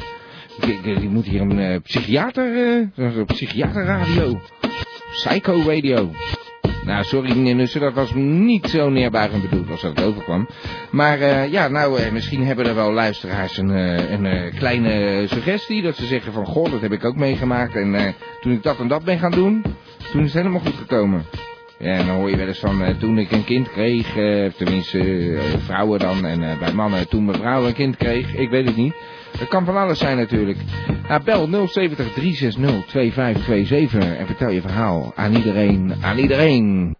B: ik- ik- je moet hier een eh, psychiater... eh, zo'n zo'n psychiaterradio. Psycho radio. Nou, sorry meneer Nussen, dat was niet zo neerbuigend bedoeld als dat het overkwam. Maar eh, ja, nou, eh, misschien hebben er wel luisteraars een, eh, een eh, kleine suggestie. Dat ze zeggen van, goh, dat heb ik ook meegemaakt. En eh, toen ik dat en dat ben gaan doen, toen is het helemaal goed gekomen. Ja, en dan hoor je wel eens van, eh, toen ik een kind kreeg, eh, tenminste eh, vrouwen dan, en eh, bij mannen toen mijn vrouw een kind kreeg, ik weet het niet. Dat kan van alles zijn natuurlijk. Nou, bel 070 360 2527 en vertel je verhaal aan iedereen, aan iedereen.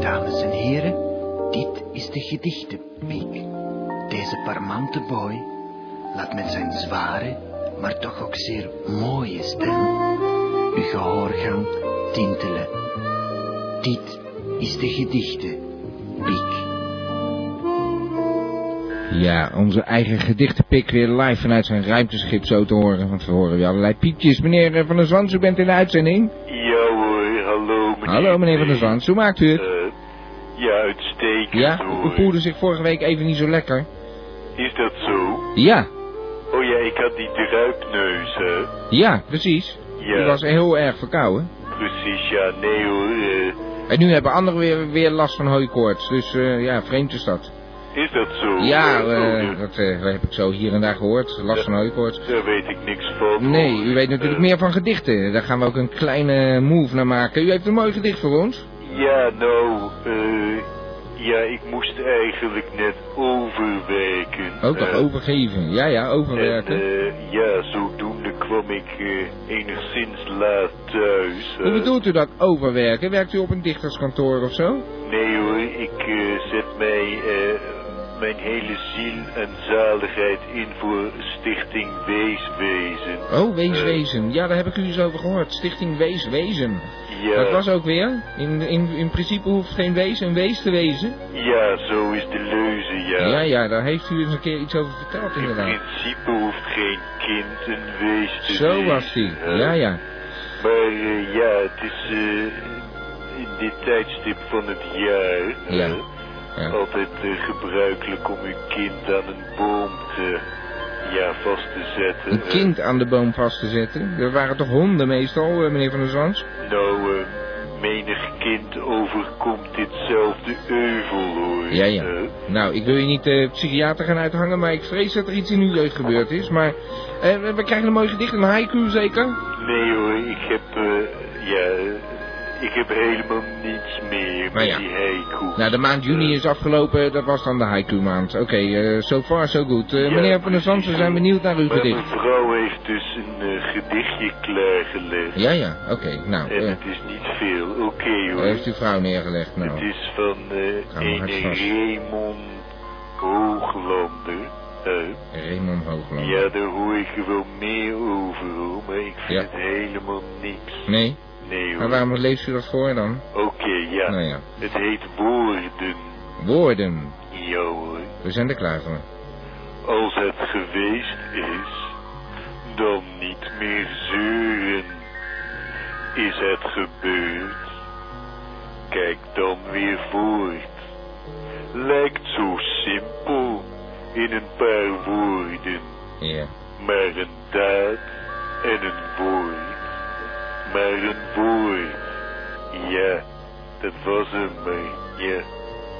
J: Dames en heren, dit is de gedichtenpiek. Deze parmante boy laat met zijn zware, maar toch ook zeer mooie stem uw gehoorgang tintelen. Dit is de gedichtenpiek.
B: Ja, onze eigen gedichtenpik weer live vanuit zijn ruimteschip zo te horen. Want we horen weer allerlei piepjes. Meneer eh, Van der Zwans, u bent in de uitzending.
L: Ja hoor, hallo meneer.
B: Hallo meneer Van der Zwans, hoe maakt u het?
L: Eh, ja, uitstekend
K: Eh,
B: ja, u
L: hoor.
B: poelde zich vorige week even niet zo lekker.
L: Is dat zo?
B: Ja,
L: Oh ja, ik had die druipneus, hè.
K: eh.
B: ja, precies.
L: Ja.
B: U was heel erg verkouden.
L: Precies, ja, nee hoor. eh,
B: En nu hebben anderen weer, weer last van hooikoorts. Dus eh, ja, vreemd is dat.
L: Is dat zo?
B: Ja, eh,
L: Oh,
B: dat eh, heb ik zo hier en daar gehoord. Last van Hooikoorts.
L: daar weet ik niks van.
B: Nee, u weet natuurlijk meer van gedichten. Daar gaan we ook een kleine move naar maken. U heeft een mooi gedicht voor ons.
L: Ja, nou, eh, ja, ik moest eigenlijk net overwijken.
B: Ook toch
L: Eh,
B: Oh, overgeven. Ja, ja, overwerken.
L: En, eh, ja, zodoende kwam ik eh, enigszins laat thuis.
B: Hoe
L: eh.
B: bedoelt u dat, overwerken? Werkt u op een dichterskantoor of zo?
L: Nee hoor, ik eh, zet mij, eh, mijn hele ziel en zaligheid in voor Stichting Weeswezen.
B: Oh,
L: Eh,
B: Weeswezen. Ja, daar heb ik u eens over gehoord. Stichting Weeswezen.
L: Ja.
B: Dat was ook weer. In, in, in principe hoeft geen wees een wees te wezen.
L: Ja, zo is de leuze, ja.
B: ja, daar heeft u eens een keer iets over verteld
L: In
B: inderdaad.
L: principe hoeft geen kind een wees te
B: Zo
L: wezen,
B: was die.
L: hè.
B: Ja, ja.
L: Maar eh, ja, het is eh, in dit tijdstip van het jaar eh,
B: Ja.
L: altijd eh, gebruikelijk om uw kind aan een boom te, ja, vast te zetten.
B: Een kind aan de boom vast te zetten. Er waren toch honden meestal, eh, meneer Van der Zwans?
L: Nou, eh, menig kind overkomt ditzelfde euvel, hoor.
B: Ja, ja.
L: Eh,
B: Nou, ik wil je niet de psychiater gaan uithangen, maar ik vrees dat er iets in uw jeugd gebeurd is. Maar eh, we krijgen een mooi gedicht, een haiku zeker?
L: nee hoor, ik heb, eh, ja, eh, ik heb helemaal niets meer
B: Nou
L: met
B: ja.
L: die heikoe.
B: Nou, de maand juni is afgelopen, dat was dan de haiku maand. Oké, eh, so far so good. Eh, meneer Van der Zwans, we zijn benieuwd naar uw
L: maar
B: gedicht.
L: mijn vrouw heeft dus een eh, gedichtje klaargelegd.
B: Ja, ja, oké. Nou,
L: En
B: eh,
L: het is niet veel, oké hoor.
B: daar heeft uw vrouw neergelegd. Nou.
L: Het is van eh
B: Hou me hard
L: ene
B: vast.
L: Raymond Hooglander. eh.
B: Raymond Hoogland.
L: Ja, daar hoor ik wel meer over, hoor, maar ik vind
B: Ja.
L: het helemaal niks.
B: Nee?
L: Nee hoor.
B: Maar waarom leest u dat voor dan?
L: Oké, ja.
B: Nou ja.
L: Het heet woorden,
B: Woorden.
L: ja hoor.
B: We zijn er klaar voor.
L: Als het geweest is, dan niet meer zeuren. Is het gebeurd, kijk dan weer voort. Lijkt zo simpel in een paar woorden,
B: Ja.
L: maar een daad en een woord. Maar een woord, ja, dat was hem, maar ja.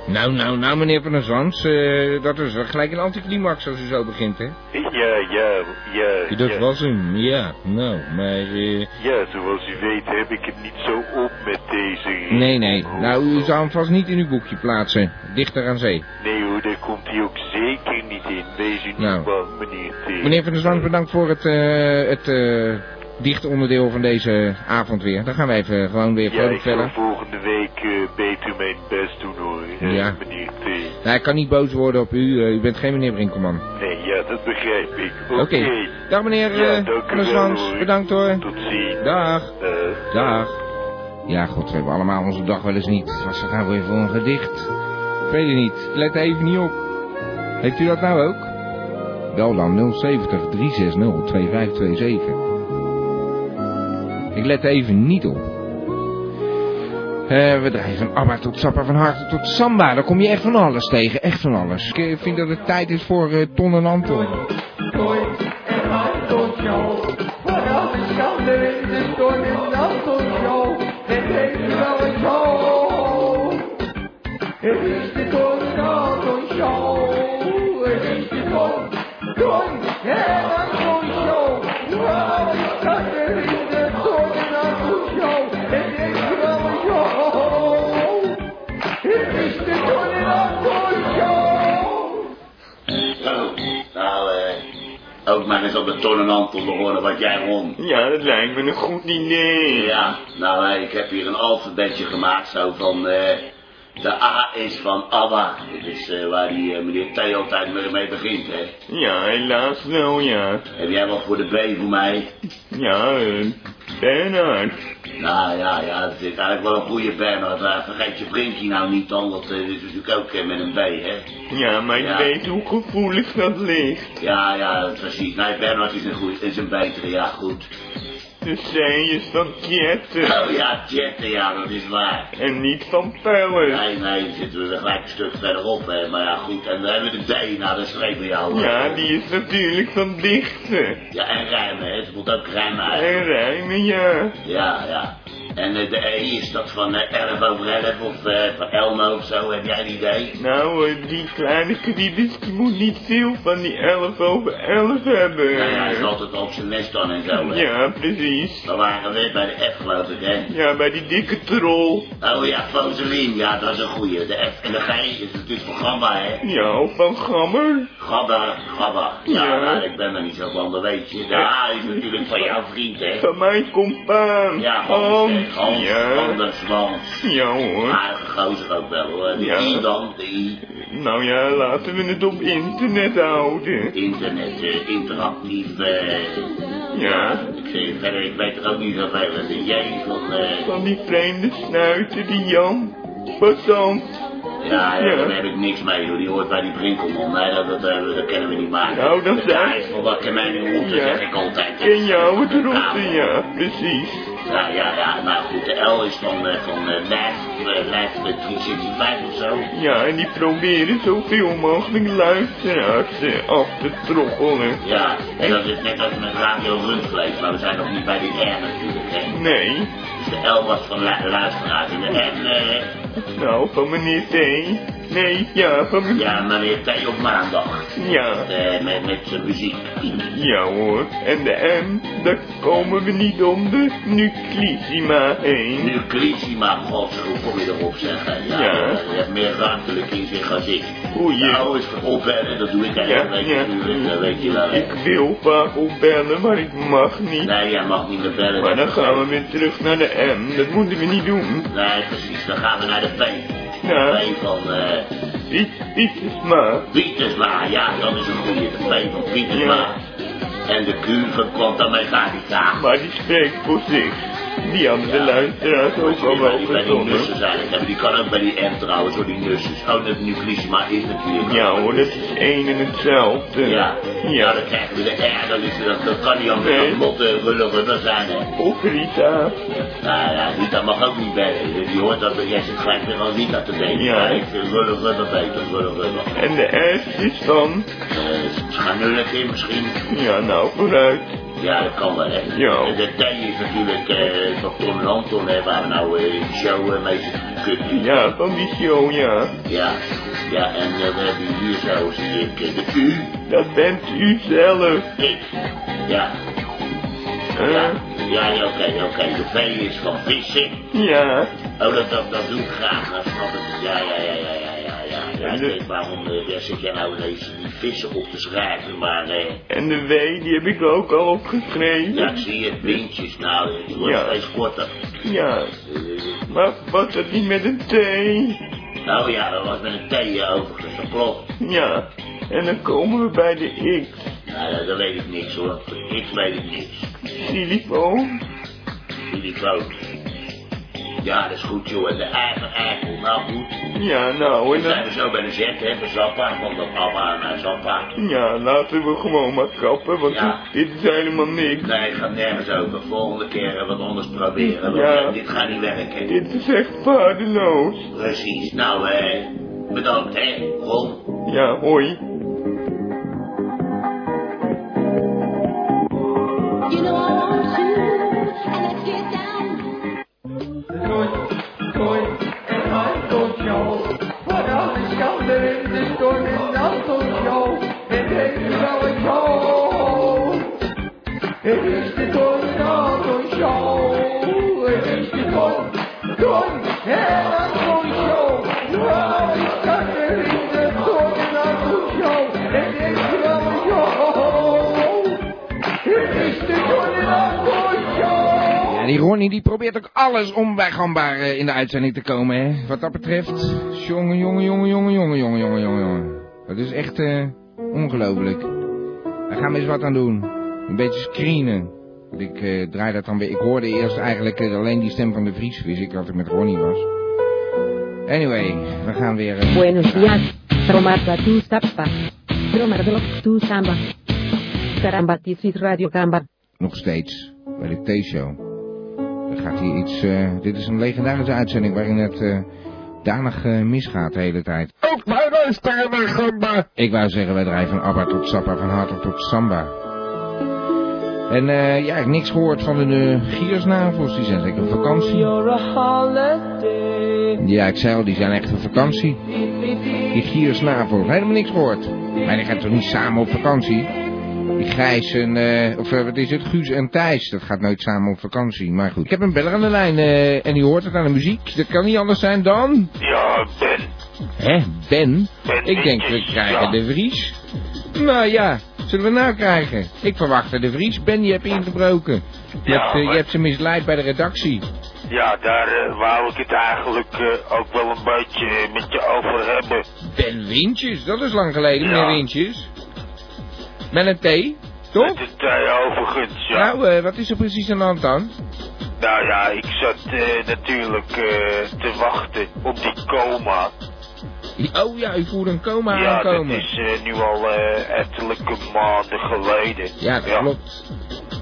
B: Nou, nou, nou, meneer Van der Zwans, eh, dat is wel gelijk een anticlimax als u zo begint, hè?
L: Ja, ja, ja.
B: Dat
L: ja.
B: was hem, ja. Nou, maar... eh,
L: Ja, zoals u weet heb ik het niet zo op met deze rit.
B: Nee, nee. Nou, u zou hem vast niet in uw boekje plaatsen. Dichter aan zee.
L: Nee hoor, daar komt hij ook zeker niet in. Wees u niet eh,
B: Nou.
L: bang, meneer T.
B: Meneer Van der Zwans, bedankt voor het, eh het eh, dichte onderdeel van deze avond weer. Dan gaan wij even gewoon weer
L: Ja, ik
B: vrolijk
L: zal
B: verder.
L: volgende week eh, beter mijn best doen hoor, eh,
B: Ja.
L: meneer T.
B: Nou, ik kan niet boos worden op u. eh, u bent geen meneer Brinkelman.
L: Nee, ja, dat begrijp ik. Oké.
B: Oké. Dag meneer
L: Ja,
B: eh,
L: dank u
B: Van der
L: wel,
B: Zwans.
L: hoor.
B: Bedankt hoor.
L: Tot ziens.
B: Dag.
L: Eh.
B: Dag. Ja, god, we hebben allemaal onze dag wel eens niet. Was dat nou weer voor een gedicht? Ik weet het niet. Let er even niet op. Heeft u dat nou ook? Wel dan 070 360 2527. Ik let er even niet op. Eh, we draaien van Abba tot Sappa, van Harte tot Samba. Daar kom je echt van alles tegen, echt van alles. Ik eh, vind dat het tijd is voor eh, Ton en Anton.
F: Vooral de schande in de storm in Anton Show. Het heeft wel een show. Het is de Gordon Anton Show. Het is de Gordon en Anton Show. Vooral de schande in de storm in Anton Show. Het heeft wel een show. Het is de Gordon Anton Show.
M: Zo, nou, eh, ook maar eens op de Ton en Anton behoren wat jij won. Ja, dat lijkt me een goed idee. Ja, nou, eh, ik heb hier een alfabetje gemaakt, zo van, eh, de A is van ABBA. Dit is eh, waar die eh, meneer T altijd mee- mee begint, hè.
N: Ja, helaas wel, ja.
M: Heb jij wat voor de B voor mij?
N: Ja, eh, Bernard.
M: Nou ja, ja, dat is eigenlijk wel een goede Bernard. Maar eh, vergeet je Brinkie nou niet dan, want eh, dit is natuurlijk ook eh, met een B, hè.
N: Ja, maar je
M: Ja.
N: weet hoe gevoelig dat ligt.
M: Ja, ja, precies. Nee, Bernard is een, goed, is een betere, ja, goed.
N: De zij is van Kjetten.
M: Oh ja, Jetten, ja, dat is waar.
N: En niet van Pellers.
M: Nee, nee, dan zitten we weer gelijk een stuk verderop, hè. Maar ja, goed, en dan hebben we de D, nou, dat schreef bij jou. hè.
N: Ja, die is natuurlijk van Dichten.
M: Ja, en rijmen, hè. Het moet ook rijmen,
N: En
M: eigenlijk.
N: rijmen, ja.
M: Ja, ja. En eh, de E is dat van eh, 11 over 11 of eh, van Elmo of zo, heb jij een idee?
N: Nou, eh, die kleine kriebels die moet niet veel van die 11 over 11 hebben.
M: Nou ja, hij is altijd op zijn nest dan en zo. Hè.
N: Ja, precies.
M: Dan waren we bij de F geloof ik, hè?
N: Ja, bij die dikke troll.
M: Oh ja, Foselien, ja, dat is een goeie. De F en de G is natuurlijk van Gamma, hè?
N: Ja, of van Gammer.
M: Gabba, Gabba. Ja,
N: Ja.
M: maar ik ben er niet zo van, dat weet je. De H is natuurlijk van jouw vriend, hè?
N: Van mijn compaan.
M: Ja, Hans,
N: Hans.
M: hè. Hans,
N: Oh, Ja.
M: Andersmans.
N: Ja hoor.
M: Aardige gozer ook wel, hoor. De
N: Ja.
M: I dan, de I.
N: Nou ja, laten we het op internet houden.
M: Internet, eh, interactief, eh...
N: Ja.
M: Ik zeg verder, ik weet er ook niet zoveel. hè. De J van, eh...
N: Van die vreemde snuiter, die Jan. Passant.
M: Ja, ja,
N: Ja.
M: daar heb ik niks mee, hoor. Die hoort bij die Brinkelman. Nee, dat, dat, eh, dat kunnen we niet maken.
N: Nou, dat
M: de
N: zijn-
M: K is van wat kan mij nu roepen,
N: Ja.
M: zeg ik altijd. Dus, eh, hè.
N: En jou het rotten, ja, precies.
M: Ja, ja, ja, nou goed, de L is van, eh, van eh lijf, eh, lijf met 365 of zo.
N: Ja, en die proberen zoveel mogelijk luisteraars eh, af te troggelen.
M: Ja, en dat is net als met Radio Rundvlees, maar we zijn nog niet bij die R natuurlijk, hè.
N: Nee,
M: Dus de L was van lu- luisteraars en de R, eh,
N: nou, van meneer T. Nee, ja, van meneer...
M: ja, meneer T op maandag.
N: Ja.
M: Eh, met, met zijn muziek.
N: Ja hoor, en de M, daar komen we niet om de nuclissima heen.
M: Nu Clissima, god, hoe kom je erop zeggen? Ja,
N: Ja.
M: Je hebt meer ruimtelijk in zich als ik.
N: Oei.
M: De O is voor opbellen, dat doe ik eigenlijk, weet,
N: ja.
M: Je, natuurlijk, dat weet je wel, hè.
N: Ik wil vaak opbellen, maar ik mag niet.
M: Nee, jij mag niet meer bellen.
N: Maar dan gaan we weer terug naar de M, dat moeten we niet doen. Nou,
M: Nee, precies. Dan gaan we naar de P.
N: Ja.
M: De P van eh
N: Piet, Pietersma.
M: Pietersma. Ja, dat is een goede. De P van Pietersma. En de Q van Quanta Mechanica.
N: Maar die spreekt voor zich. Die hebben de luisteraars ook
M: Die
N: al
M: bij
N: wel
M: die, bij die
N: verzonnen.
M: nussen zijn. En die kan ook bij die M trouwens, door die nussen. Oh, dat nucleïsma is natuurlijk.
N: Ja hoor, dat is één en hetzelfde.
M: Ja. ja,
N: Ja.
M: dan krijgen we de R, dan is er- dat, dat kan niet anders
N: Nee.
M: dan eh, motten, rullen, rullen zijn. Hè.
N: Of Rita.
M: Nou ja, Rita mag ook niet bellen. Die die hoort dat, jij zit gelijk weer aan Rita te denken.
N: Ja.
M: Maar ik vind rullen, rullen beter, rullen, rullen.
N: En de S is dan...
M: Eh, Schanullen in misschien.
N: Ja nou, vooruit.
M: Ja, dat kan wel, hè.
N: Ja.
M: En De tijd is natuurlijk eh, van Tom en Anton, hè, waar we nou eh, die show eh, mee zitten kunnen.
N: Ja, van die show, ja.
M: Ja, ja, en eh, we hebben hier zo, zie ik, eh, de U.
N: Dat bent u zelf.
M: Ik. Ja.
N: Eh?
M: Ja, ja, ja, oké, oké. De V is van vissen.
N: Ja.
M: Oh, dat, dat, dat doe ik graag, dat snap ik. Ja, ja, ja, ja, ja, ja, ja. ja ik
N: En de-
M: weet waarom eh, daar zit jij nou ineens die vissen op te schrijven, maar... eh,
N: En de W, die heb ik ook al
M: ja, ik
N: opgeschreven.
M: zie het, windjes, nou, het wordt
N: Ja.
M: steeds korter.
N: Ja. Maar was dat niet met een T?
M: Nou ja, dat was met een T overigens, dat klopt.
N: Ja. En dan komen we bij de X.
M: Nou, ja, daar weet ik niks hoor. Ik weet ik niks.
N: Telefoon.
M: Jullie fout. Ja, dat is goed joh. En de eigen eigen, nou goed.
N: Ja, nou,
M: We
N: en dan...
M: zijn we zo bij de zet, hè, bij Zappa. Van dat Abba naar Zappa.
N: Ja, laten we gewoon maar kappen, want
M: Ja.
N: dit dit is helemaal niks.
M: Nee, het gaat nergens over. Volgende keer eh, wat anders proberen. Want
N: Ja.
M: eh, dit gaat niet werken.
N: Dit is echt waardeloos.
M: Precies. Nou, eh, bedankt hè, Ron.
N: Ja, hoi.
F: Gooi en hand op jou. Vooral de schande in de storm en hand op jou. En denk wel een show. Het is de tornado show. Het is de torn, torn en hand show. Vooral de schande in de storm en hand op jou. En denk wel een show. Het is de tornado show.
B: Ja, die Ronnie die probeert ook alles om bij Gambaar eh, in de uitzending te komen, hè. Wat dat betreft. Jongen, jongen, jongen, jongen, jongen, jongen, jongen, jongen, jongen. Dat is echt eh ongelooflijk. Daar gaan we eens wat aan doen. Een beetje screenen. Want Ik eh, draai dat dan weer. Ik hoorde eerst eigenlijk eh, alleen die stem van de Vries. Wist ik dat het met Ronnie was. Anyway, we gaan weer... eh,
O: Buenos días, Tromarda tu samba. Tromarda tu samba. Caramba, this is Radio Gamba.
B: nog steeds bij de T-show. Er gaat hier iets. eh, dit is een legendarische uitzending waarin het eh danig eh, misgaat de hele tijd.
F: Ook mij luisteren naar Gamba.
B: Ik wou zeggen, wij draaien van ABBA tot Sappa, van Hartog tot Samba. En eh, ja, ik heb niks gehoord van de eh, giersnavels. Die zijn lekker op vakantie.
F: You're a holiday.
B: Ja, ik zei al, die zijn echt op vakantie. Die giersnavel, helemaal niks gehoord. Maar die gaan toch niet samen op vakantie? Die Gijs en, eh, of eh, wat is het, Guus en Thijs, dat gaat nooit samen op vakantie. Maar goed, ik heb een beller aan de lijn eh, en die hoort het aan de muziek. Dat kan niet anders zijn dan...
F: Ja, Ben.
B: Hè, Ben?
F: Ben
B: Ik denk, we
F: Dietjes,
B: krijgen
F: ja.
B: de Vries. Nou ja, zullen we nou krijgen? Ik verwachtte de Vries. Ben, je hebt ingebroken. Je,
P: Ja,
B: hebt, eh,
P: maar-
B: je hebt ze misleid bij de redactie.
P: Ja, daar eh, wou ik het eigenlijk eh, ook wel een beetje eh, met je over hebben.
B: Ben Wintjes, dat is lang geleden,
P: Ja.
B: meneer Wintjes. Met een T, toch?
P: Met de thee overigens, ja.
B: Nou, eh, wat is er precies aan de hand dan?
P: Nou ja, ik zat eh, natuurlijk eh, te wachten op die coma.
B: Oh ja, u voert een coma
P: ja, dat
B: aankomen.
P: is eh, nu al eh ettelijke maanden geleden.
B: Ja, dat klopt.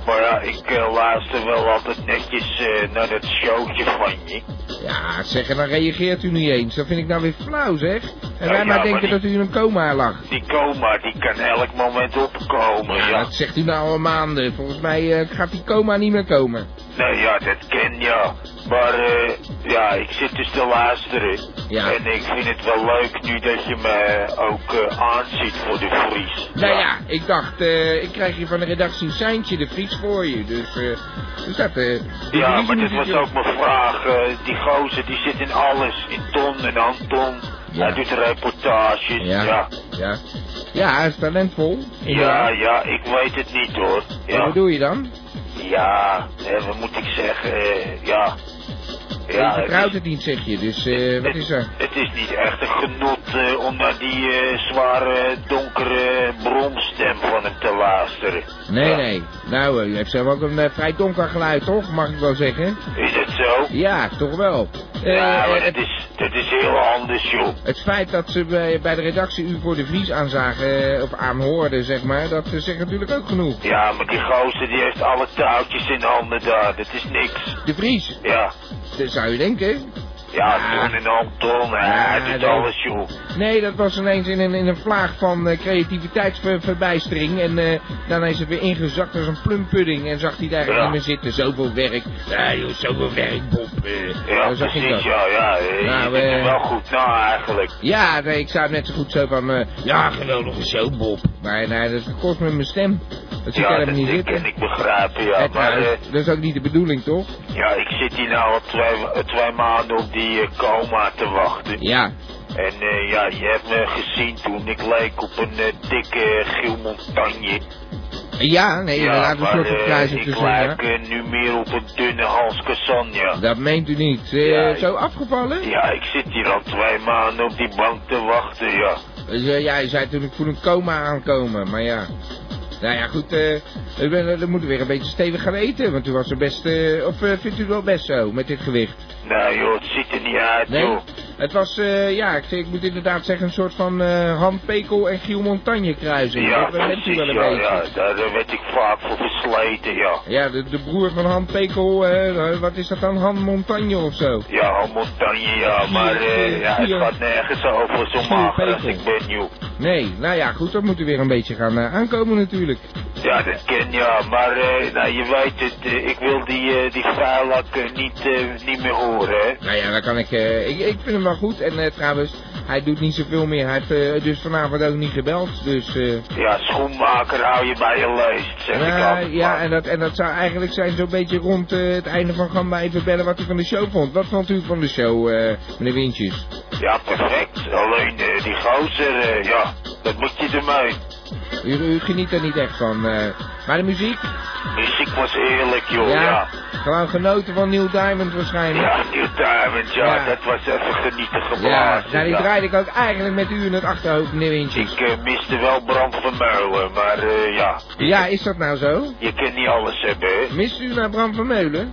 P: Maar ja, ik eh, luister wel altijd netjes eh, naar dat showtje van je.
B: Ja, zeg, en dan reageert u niet eens. Dat vind ik nou weer flauw, zeg. En
P: Ja,
B: wij
P: ja,
B: maar
P: maar
B: denken
P: die-
B: dat u in een coma lag.
P: Die coma, die kan elk moment opkomen, ja.
B: Dat zegt u nou al maanden. Volgens mij eh, gaat die coma niet meer komen.
P: Nou ja, dat ken ja. Maar eh, ja, ik zit dus te luisteren.
B: Ja.
P: En ik vind het wel leuk nu dat je me eh, ook eh, aanziet voor de Vries.
B: Nou ja, ik dacht, eh, ik krijg hier van de redactie een seintje, de Vries voor je. Dus, eh, dus dat... eh, de
P: Ja,
B: Vriezen
P: maar dit
B: moeten
P: was
B: zich-
P: ook mijn vraag. eh, die gozer die zit in alles. In Ton en Anton. Hij doet reportages.
B: Ja.
P: Ja.
B: Ja. Ja, hij is talentvol.
P: Ja, ja, ik weet het niet hoor.
B: Wat
P: Ja,
B: bedoel je dan?
P: ja eh, wat moet ik zeggen? eh, ja.
B: Ja, je
P: het
B: vertrouwt het niet, zeg je. Dus eh, wat is er?
P: Het is niet echt een genot eh, om naar die eh, zware, donkere bromstem van hem te luisteren.
B: Nee, nee. Nou, eh, u heeft zelf ook een eh, vrij donker geluid, toch? Mag ik wel zeggen?
P: Is dat zo?
B: Ja, toch wel. Eh,
P: ja, maar
B: eh,
P: dat is, dat is heel anders, joh.
B: Het feit dat ze bij, bij de redactie u voor de Vries aanzagen, eh, of aanhoorden, zeg maar, dat eh, zegt natuurlijk ook genoeg.
P: Ja, maar die gozer die heeft alle touwtjes in handen daar. Dat is niks.
B: De Vries,
P: Ja.
B: dat zou je denken. Ah.
P: Ja, Ton en Anton, eh, hij doet
B: nee.
P: alles, joh.
B: Nee, dat was ineens in een, in een vlaag van eh, creativiteitsverbijstering. En eh, daarna is het weer ingezakt als een plumpudding. En zag hij daar
P: Ja.
B: niet meer zitten. Zoveel werk. Ja, joh, zoveel werk, Bob. eh.
P: Ja,
B: Zo zag ik dat.
P: precies, ja, ja. eh,
B: Nou,
P: je zit er
B: eh,
P: wel goed na, eigenlijk.
B: Ja, nee, ik zou net zo goed zo van... eh, ja, geweldige show, Bob. Maar nee, dat kost me mijn stem. Dat zit
P: Ja,
B: helemaal
P: dat
B: niet
P: ik,
B: zitten.
P: en ik begrijp, ja. Maar eh,
B: dat is ook niet de bedoeling, toch?
P: ja, ik zit hier nou al twee, twee maanden op die eh, coma te wachten.
B: Ja.
P: En eh, ja, je hebt me gezien toen ik leek op een eh, dikke Gil Montagne.
B: Ja, nee, inderdaad, een
P: maar,
B: soort van
P: eh,
B: kruis
P: ik
B: tussen. ja.
P: lijk eh, nu meer op een dunne Hans Cassania.
B: Dat meent u niet. Eh,
P: Ja, ik-
B: zo afgevallen?
P: Ja, ik zit hier al twee maanden op die bank te wachten, ja.
B: Dus, eh, ja, je zei natuurlijk voor een coma aankomen, maar ja. Nou ja, goed, eh, ik ben- eh, dan moeten we weer een beetje stevig gaan eten, want u was er best, eh, of eh, vindt u het wel best zo, met dit gewicht?
P: Nou joh, het ziet er niet uit,
B: Nee?
P: joh.
B: Het was, eh, ja, ik, ik moet inderdaad zeggen, een soort van eh Han Pekel en Giel Montagne kruising.
P: Ja,
B: dat bent u
P: precies,
B: wel een
P: ja,
B: beetje.
P: ja, daar eh, werd ik vaak voor versleten, ja.
B: Ja, de, de broer van Han Pekel, eh, eh, wat is dat dan, Han Montagne of zo?
P: Ja, al montagne, ja, maar eh, ja, het gaat nergens over zo mager als ik ben, joh.
B: Nee, nou ja, goed, dat moet u weer een beetje gaan eh, aankomen natuurlijk.
P: Ja, dat ken ja, maar eh, nou, je weet het, eh, ik wil die, eh die vuilak eh, niet, eh, niet meer horen, hè.
B: Nou ja, dan kan ik, eh, ik, ik vind hem wel goed. En eh, trouwens, hij doet niet zoveel meer. Hij heeft eh, dus vanavond ook niet gebeld. Dus, eh,
P: Ja, schoenmaker hou je bij je leest, zeg ik
B: nou,
P: altijd.
B: ja, en dat, en dat zou eigenlijk zijn zo'n beetje rond eh, het einde van Gamba even bellen wat u van de show vond. Wat vond u van de show, eh, meneer Wintjes?
P: Ja, perfect. Alleen eh, die gozer, eh, ja, dat moet je ermee.
B: U, u geniet er niet echt van. eh. Maar de muziek?
P: Muziek was eerlijk, joh, ja.
B: ja.
P: Ja,
B: Gewoon genoten van Neil Diamond waarschijnlijk.
P: New Diamond, ja,
B: Ja.
P: dat was even genieten geblazen.
B: Ja, nou die
P: ja.
B: draaide ik ook eigenlijk met u in het achterhoofd, meneer Wintjes.
P: Ik eh, miste wel Bram van Meulen, maar eh, ja,
B: Ja, is dat nou zo?
P: je kan niet alles hebben, hè.
B: Mist u naar Bram van Meulen?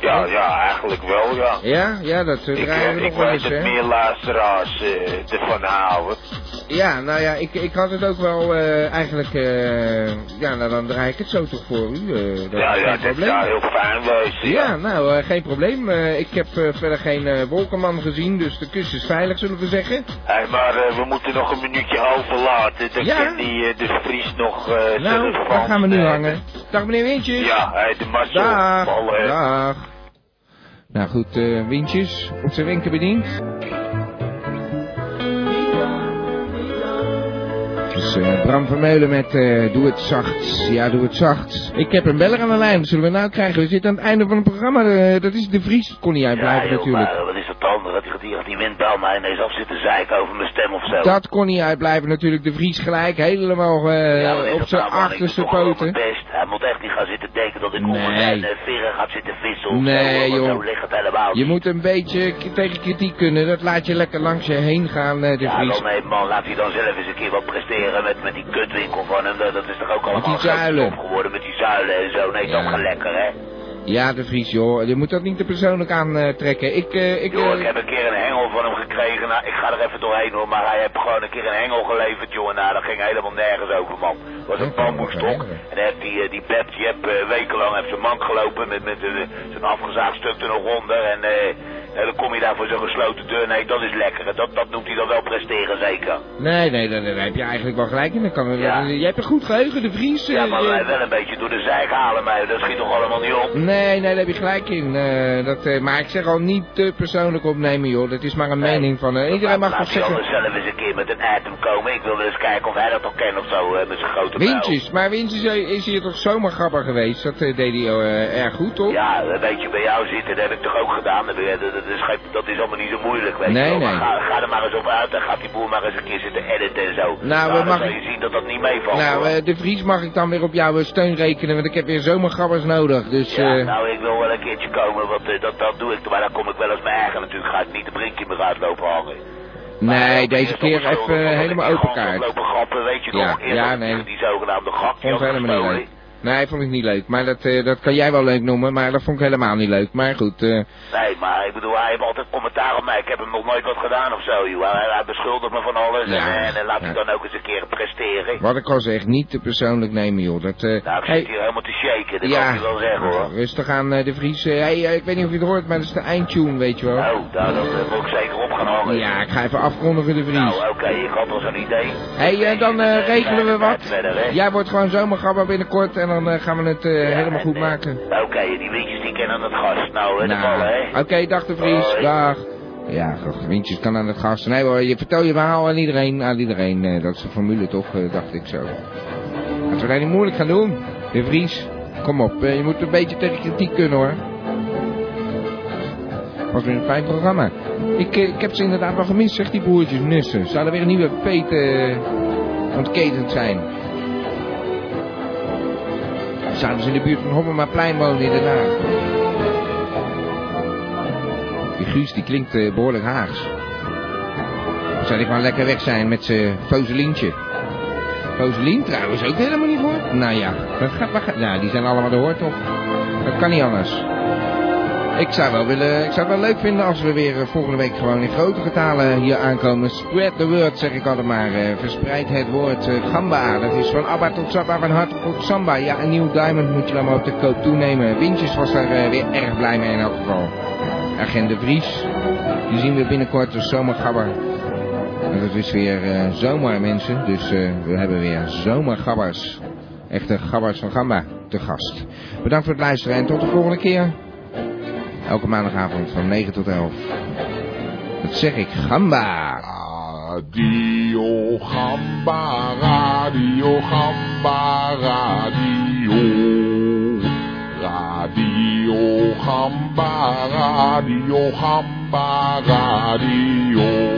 P: Ja, ja, eigenlijk wel, ja.
B: Ja, ja, dat
P: Ik,
B: draaien
P: eh,
B: we
P: ik
B: nog wel
P: weet
B: eens,
P: dat
B: hè?
P: meer luisteraars eh, ervan houden.
B: Ja, nou ja, ik, ik had het ook wel eh, eigenlijk... eh, ja, nou dan draai ik het zo toch voor u. eh, dat
P: ja,
B: is geen
P: ja, dat
B: probleem.
P: zou heel fijn wezen.
B: Ja, nou, eh, geen probleem. Eh, ik heb eh, verder geen eh, wolkenman gezien, dus de kust is veilig, zullen we zeggen.
P: Hé, maar eh, we moeten nog een minuutje overlaten. Dan
B: Ja.
P: kan die eh, de Vries nog eh
B: nou,
P: zelf
B: dan gaan we nu
P: vangsten.
B: hangen. Dag meneer Wintjes.
P: Ja, hé, de eh. mazzel.
B: Dag.
P: Ballen.
B: Dag. Nou goed, eh, Wintjes, op zijn wenken bediend. Het is eh, Bram Vermeulen met eh, Doe het zacht. Ja, doe het zacht. Ik heb een beller aan de lijn. Zullen we nou krijgen? We zitten aan het einde van het programma. Eh, dat is de Vries. Kon niet uitblijven
Q: joh,
B: natuurlijk.
Q: maar Eh, wat is dat dan? Dat die, dat die windbel mij ineens af zit te zeiken over mijn stem of zo.
B: Dat kon niet uitblijven natuurlijk. De Vries gelijk helemaal eh,
Q: Ja, wat is
B: op
Q: dat
B: zijn
Q: nou, man? Ik
B: achterste
Q: doe toch gewoon
B: poten.
Q: mijn best. Hij moet echt niet gaan zitten denken dat ik
B: Nee.
Q: onder zijn eh, veren gaat zitten vissen of
B: Nee,
Q: zo. want
B: joh.
Q: Zo ligt het helemaal
B: Je moet een beetje k- tegen kritiek kunnen. Dat laat je lekker langs je heen gaan, eh, de
Q: ja,
B: Vries.
Q: dan nee man, laat hij dan zelf eens een keer wat presteren met, met die kutwinkel van hem. Dat, dat is toch ook allemaal
B: die zuilen.
Q: groot geworden met die zuilen en zo. Nee, dan ga lekker hè.
B: Ja, de Vries, joh. Je moet dat niet te persoonlijk aantrekken. ik, eh, ik,
Q: joh,
B: eh,
Q: ik heb een keer een hengel van hem gekregen. Nou, ik ga er even doorheen hoor, maar hij heeft gewoon een keer een hengel geleverd, joh. Nou, dat ging helemaal nergens over, man. Het was een bamboestok. En dan heeft die, eh, die Pep, die heb eh, wekenlang heeft zijn mank gelopen met, met eh, zijn afgezaagd stuk er nog onder. En eh, nou, dan kom je daar voor zo'n gesloten deur. Nee, dat is lekker. Dat, dat noemt hij dan wel presteren, zeker.
B: Nee, nee, daar, daar heb je eigenlijk wel gelijk in. Dan Kan, eh, Je hebt een goed geheugen, de Vries. eh,
Q: Ja, maar
B: je-
Q: wij wel een beetje door de zijk halen, maar dat schiet toch allemaal niet op.
B: Nee, nee, daar heb je gelijk in. Eh, dat, eh, maar ik zeg al niet te persoonlijk opnemen, joh. Dat is maar een mening van... eh, iedereen mag
Q: Laat
B: wat
Q: hij
B: zeggen.
Q: anders zelf eens een keer met een item komen. Ik wilde eens kijken of hij dat al kent of zo, eh, met zijn grote pijl.
B: Wintjes, maar Wintjes eh, is hier toch zomaar grappig geweest? Dat eh, deed hij eh, erg goed, toch?
Q: Ja, een beetje bij jou zitten, dat heb ik toch ook gedaan. Dat, dat- dat is, geen- dat is allemaal niet zo moeilijk, weet
B: Nee,
Q: je wel. Maar
B: nee.
Q: Ga, ga er maar eens op uit en gaat die boer maar eens een keer zitten editen en zo.
B: Nou, we
Q: dan
B: mag
Q: zal je
B: ik-
Q: zien dat dat niet meevalt.
B: Nou,
Q: hoor.
B: eh, de Vries mag ik dan weer op jouw eh, steun rekenen, want ik heb weer zomergrabbers nodig. Dus,
Q: ja,
B: eh,
Q: nou, ik wil wel een keertje komen, want eh, dat, dat doe ik. Maar dan kom ik wel eens mijn eigen natuurlijk. Ga ik niet de brinkje meer uitlopen hangen. nou,
B: nee, deze keer even eh, helemaal open kaart.
Q: Lopen grappen, weet je
B: Ja,
Q: nog? Eerder
B: ja, nee.
Q: Die zogenaamde grap. die
B: Vond ik
Q: had
B: helemaal niet
Q: gestolen.
B: leuk. Nee, vond ik niet leuk. Maar dat, eh, dat kan jij wel leuk noemen, maar dat vond ik helemaal niet leuk. Maar goed, eh,
Q: Nee, maar ik bedoel, hij heeft altijd commentaar op mij. Ik heb hem nog nooit wat gedaan of zo, joh. Hij, hij beschuldigt me van alles
B: Ja,
Q: en, en, en laat
B: ja.
Q: hij dan ook eens een keer presteren.
B: wat ik al zeg, niet te persoonlijk nemen, joh. Dat, eh,
Q: Nou, ik
B: hey,
Q: zit hier helemaal te shaken, dat kan
B: ja,
Q: ik je wel zeggen, hoor. Oh,
B: rustig aan eh, de Vries. Eh, hey, eh, ik weet niet of je het hoort, maar dat is de eindtune, weet je wel.
Q: Nou, daar dat eh, moet ik zeker op gaan hangen.
B: Ja, ik ga even afkondigen, de Vries.
Q: Nou, oké, ik had al zo'n idee.
B: Hé, hey, eh, dan eh, regelen we wat.
Q: Verder, hè.
B: Jij wordt gewoon zomergabber binnenkort en dan eh, gaan we het eh, helemaal goed maken.
Q: Oké, die windjes die kennen het gas. Nou, hè, de ballen, hè.
B: Oké, dag de Vries.
Q: Hoi.
B: Dag. Ja, goh, Wintjes kan aan het gast. Nee hoor, je vertel je verhaal aan iedereen. Aan iedereen, eh, dat is de formule toch, eh, dacht ik zo. Laten we daar niet moeilijk gaan doen. De Vries, kom op. eh, je moet een beetje tegen kritiek kunnen hoor. Was weer een fijn programma. Ik, eh, ik heb ze inderdaad wel gemist, zegt die boertjes Nussen. Zouden weer een nieuwe peten eh, ontketend zijn. Zouden ze in de buurt van Hoppermaplein wonen in Den Haag. Die Guus die klinkt eh, behoorlijk Haags. Zou ik maar lekker weg zijn met zijn Fozelientje. Foselien trouwens ook helemaal niet voor. Nou ja, dat gaat, waar gaat- nou, die zijn allemaal de hoort toch? Dat kan niet anders. Ik zou, wel willen, ik zou het wel leuk vinden als we weer eh, volgende week gewoon in grote getalen hier aankomen. Spread the word, zeg ik altijd maar. eh, verspreid het woord eh, gamba. Dat is van Abba tot Saba, van hart tot samba. Ja, een nieuw diamond moet je dan maar op de koop toenemen. Wintjes was daar eh, weer erg blij mee in elk geval. Agent de Vries, die zien we binnenkort als zomergabber. En dat is weer eh, zomer, mensen. Dus eh, we hebben weer zomergabbers. Echte gabbers van gamba te gast. Bedankt voor het luisteren en tot de volgende keer. Elke maandagavond van 9 tot 11. Dat zeg ik, gamba.
R: Radio Gamba, Radio Gamba, Radio. Radio Gamba, Radio Gamba, Radio.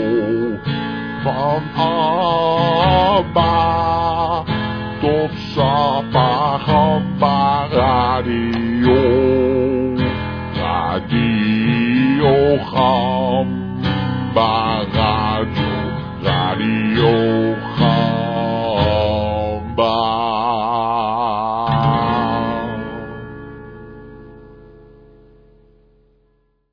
R: Van Abba tot Sapa Gamba, Radio. Radio Gamba. Radio, radio.